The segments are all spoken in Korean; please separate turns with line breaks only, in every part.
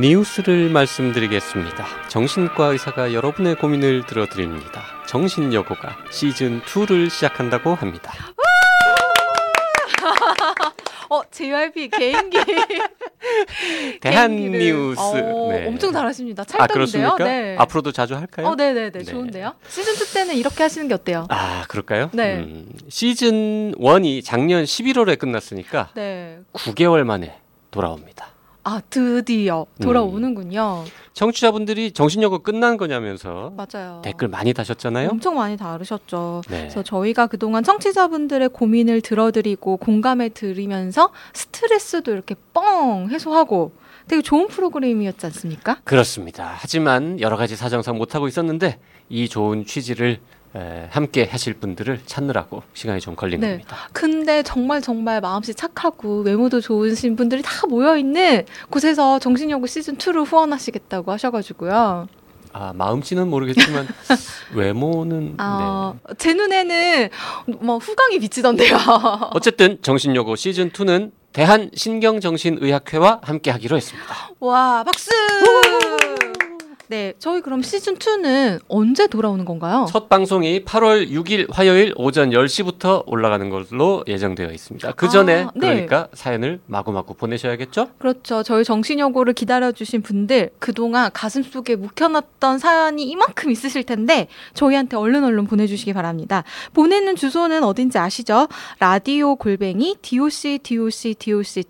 뉴스를 말씀드리겠습니다. 정신과 의사가 여러분의 고민을 들어드립니다. 정신여고가 시즌 2를 시작한다고 합니다.
아, 어, JYP 개인기.
대한
개인기를.
뉴스.
어,
네.
엄청 잘하십니다.
아
찰떡인데요.
그렇습니까?
네.
앞으로도 자주 할까요?
어, 네네네.
네.
좋은데요. 시즌 2 때는 이렇게 하시는 게 어때요?
아 그럴까요?
네.
음, 시즌 1이 작년 11월에 끝났으니까
네.
9개월 만에 돌아옵니다.
아, 드디어
음.
돌아오는군요.
청취자분들이 정신여고 끝난 거냐면서
맞아요.
음. 댓글 많이 다셨잖아요.
엄청 많이 다르셨죠.
네.
그래서 저희가 그동안 청취자분들의 고민을 들어드리고 공감해 드리면서 스트레스도 이렇게 뻥 해소하고 되게 좋은 프로그램이었지 않습니까?
그렇습니다. 하지만 여러 가지 사정상 못하고 있었는데 이 좋은 취지를 에, 함께 하실 분들을 찾느라고 시간이 좀 걸린
네.
겁니다.
근데 정말 정말 마음씨 착하고 외모도 좋으신 분들이 다 모여 있는 곳에서 정신연구 시즌 2를 후원하시겠다고 하셔가지고요.
아 마음씨는 모르겠지만 외모는
아,
네.
제 눈에는 뭐 후광이 비치던데요.
어쨌든 정신여고 시즌 2는 대한 신경정신의학회와 함께하기로 했습니다.
와 박수! 네, 저희 그럼 시즌 2는 언제 돌아오는 건가요?
첫 방송이 8월 6일 화요일 오전 10시부터 올라가는 걸로 예정되어 있습니다. 그 전에
아, 네.
그러니까 사연을 마구마구 보내셔야겠죠?
그렇죠. 저희 정신여고를 기다려주신 분들 그동안 가슴 속에 묵혀놨던 사연이 이만큼 있으실 텐데 저희한테 얼른 얼른 보내주시기 바랍니다. 보내는 주소는 어딘지 아시죠? 라디오 골뱅이 doc doc doc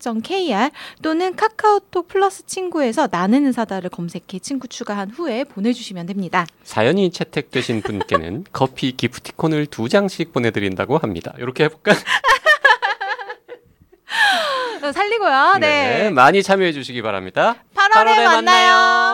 co kr 또는 카카오톡 플러스 친구에서 나는 의사다를 검색해 친구 추가한 후에 보내주시면 됩니다.
사연이 채택되신 분께는 커피 기프티콘을 두 장씩 보내드린다고 합니다. 이렇게 해볼까?
살리고요. 네. 아,
네, 많이 참여해 주시기 바랍니다.
8월에,
팔월에
네. 만나요.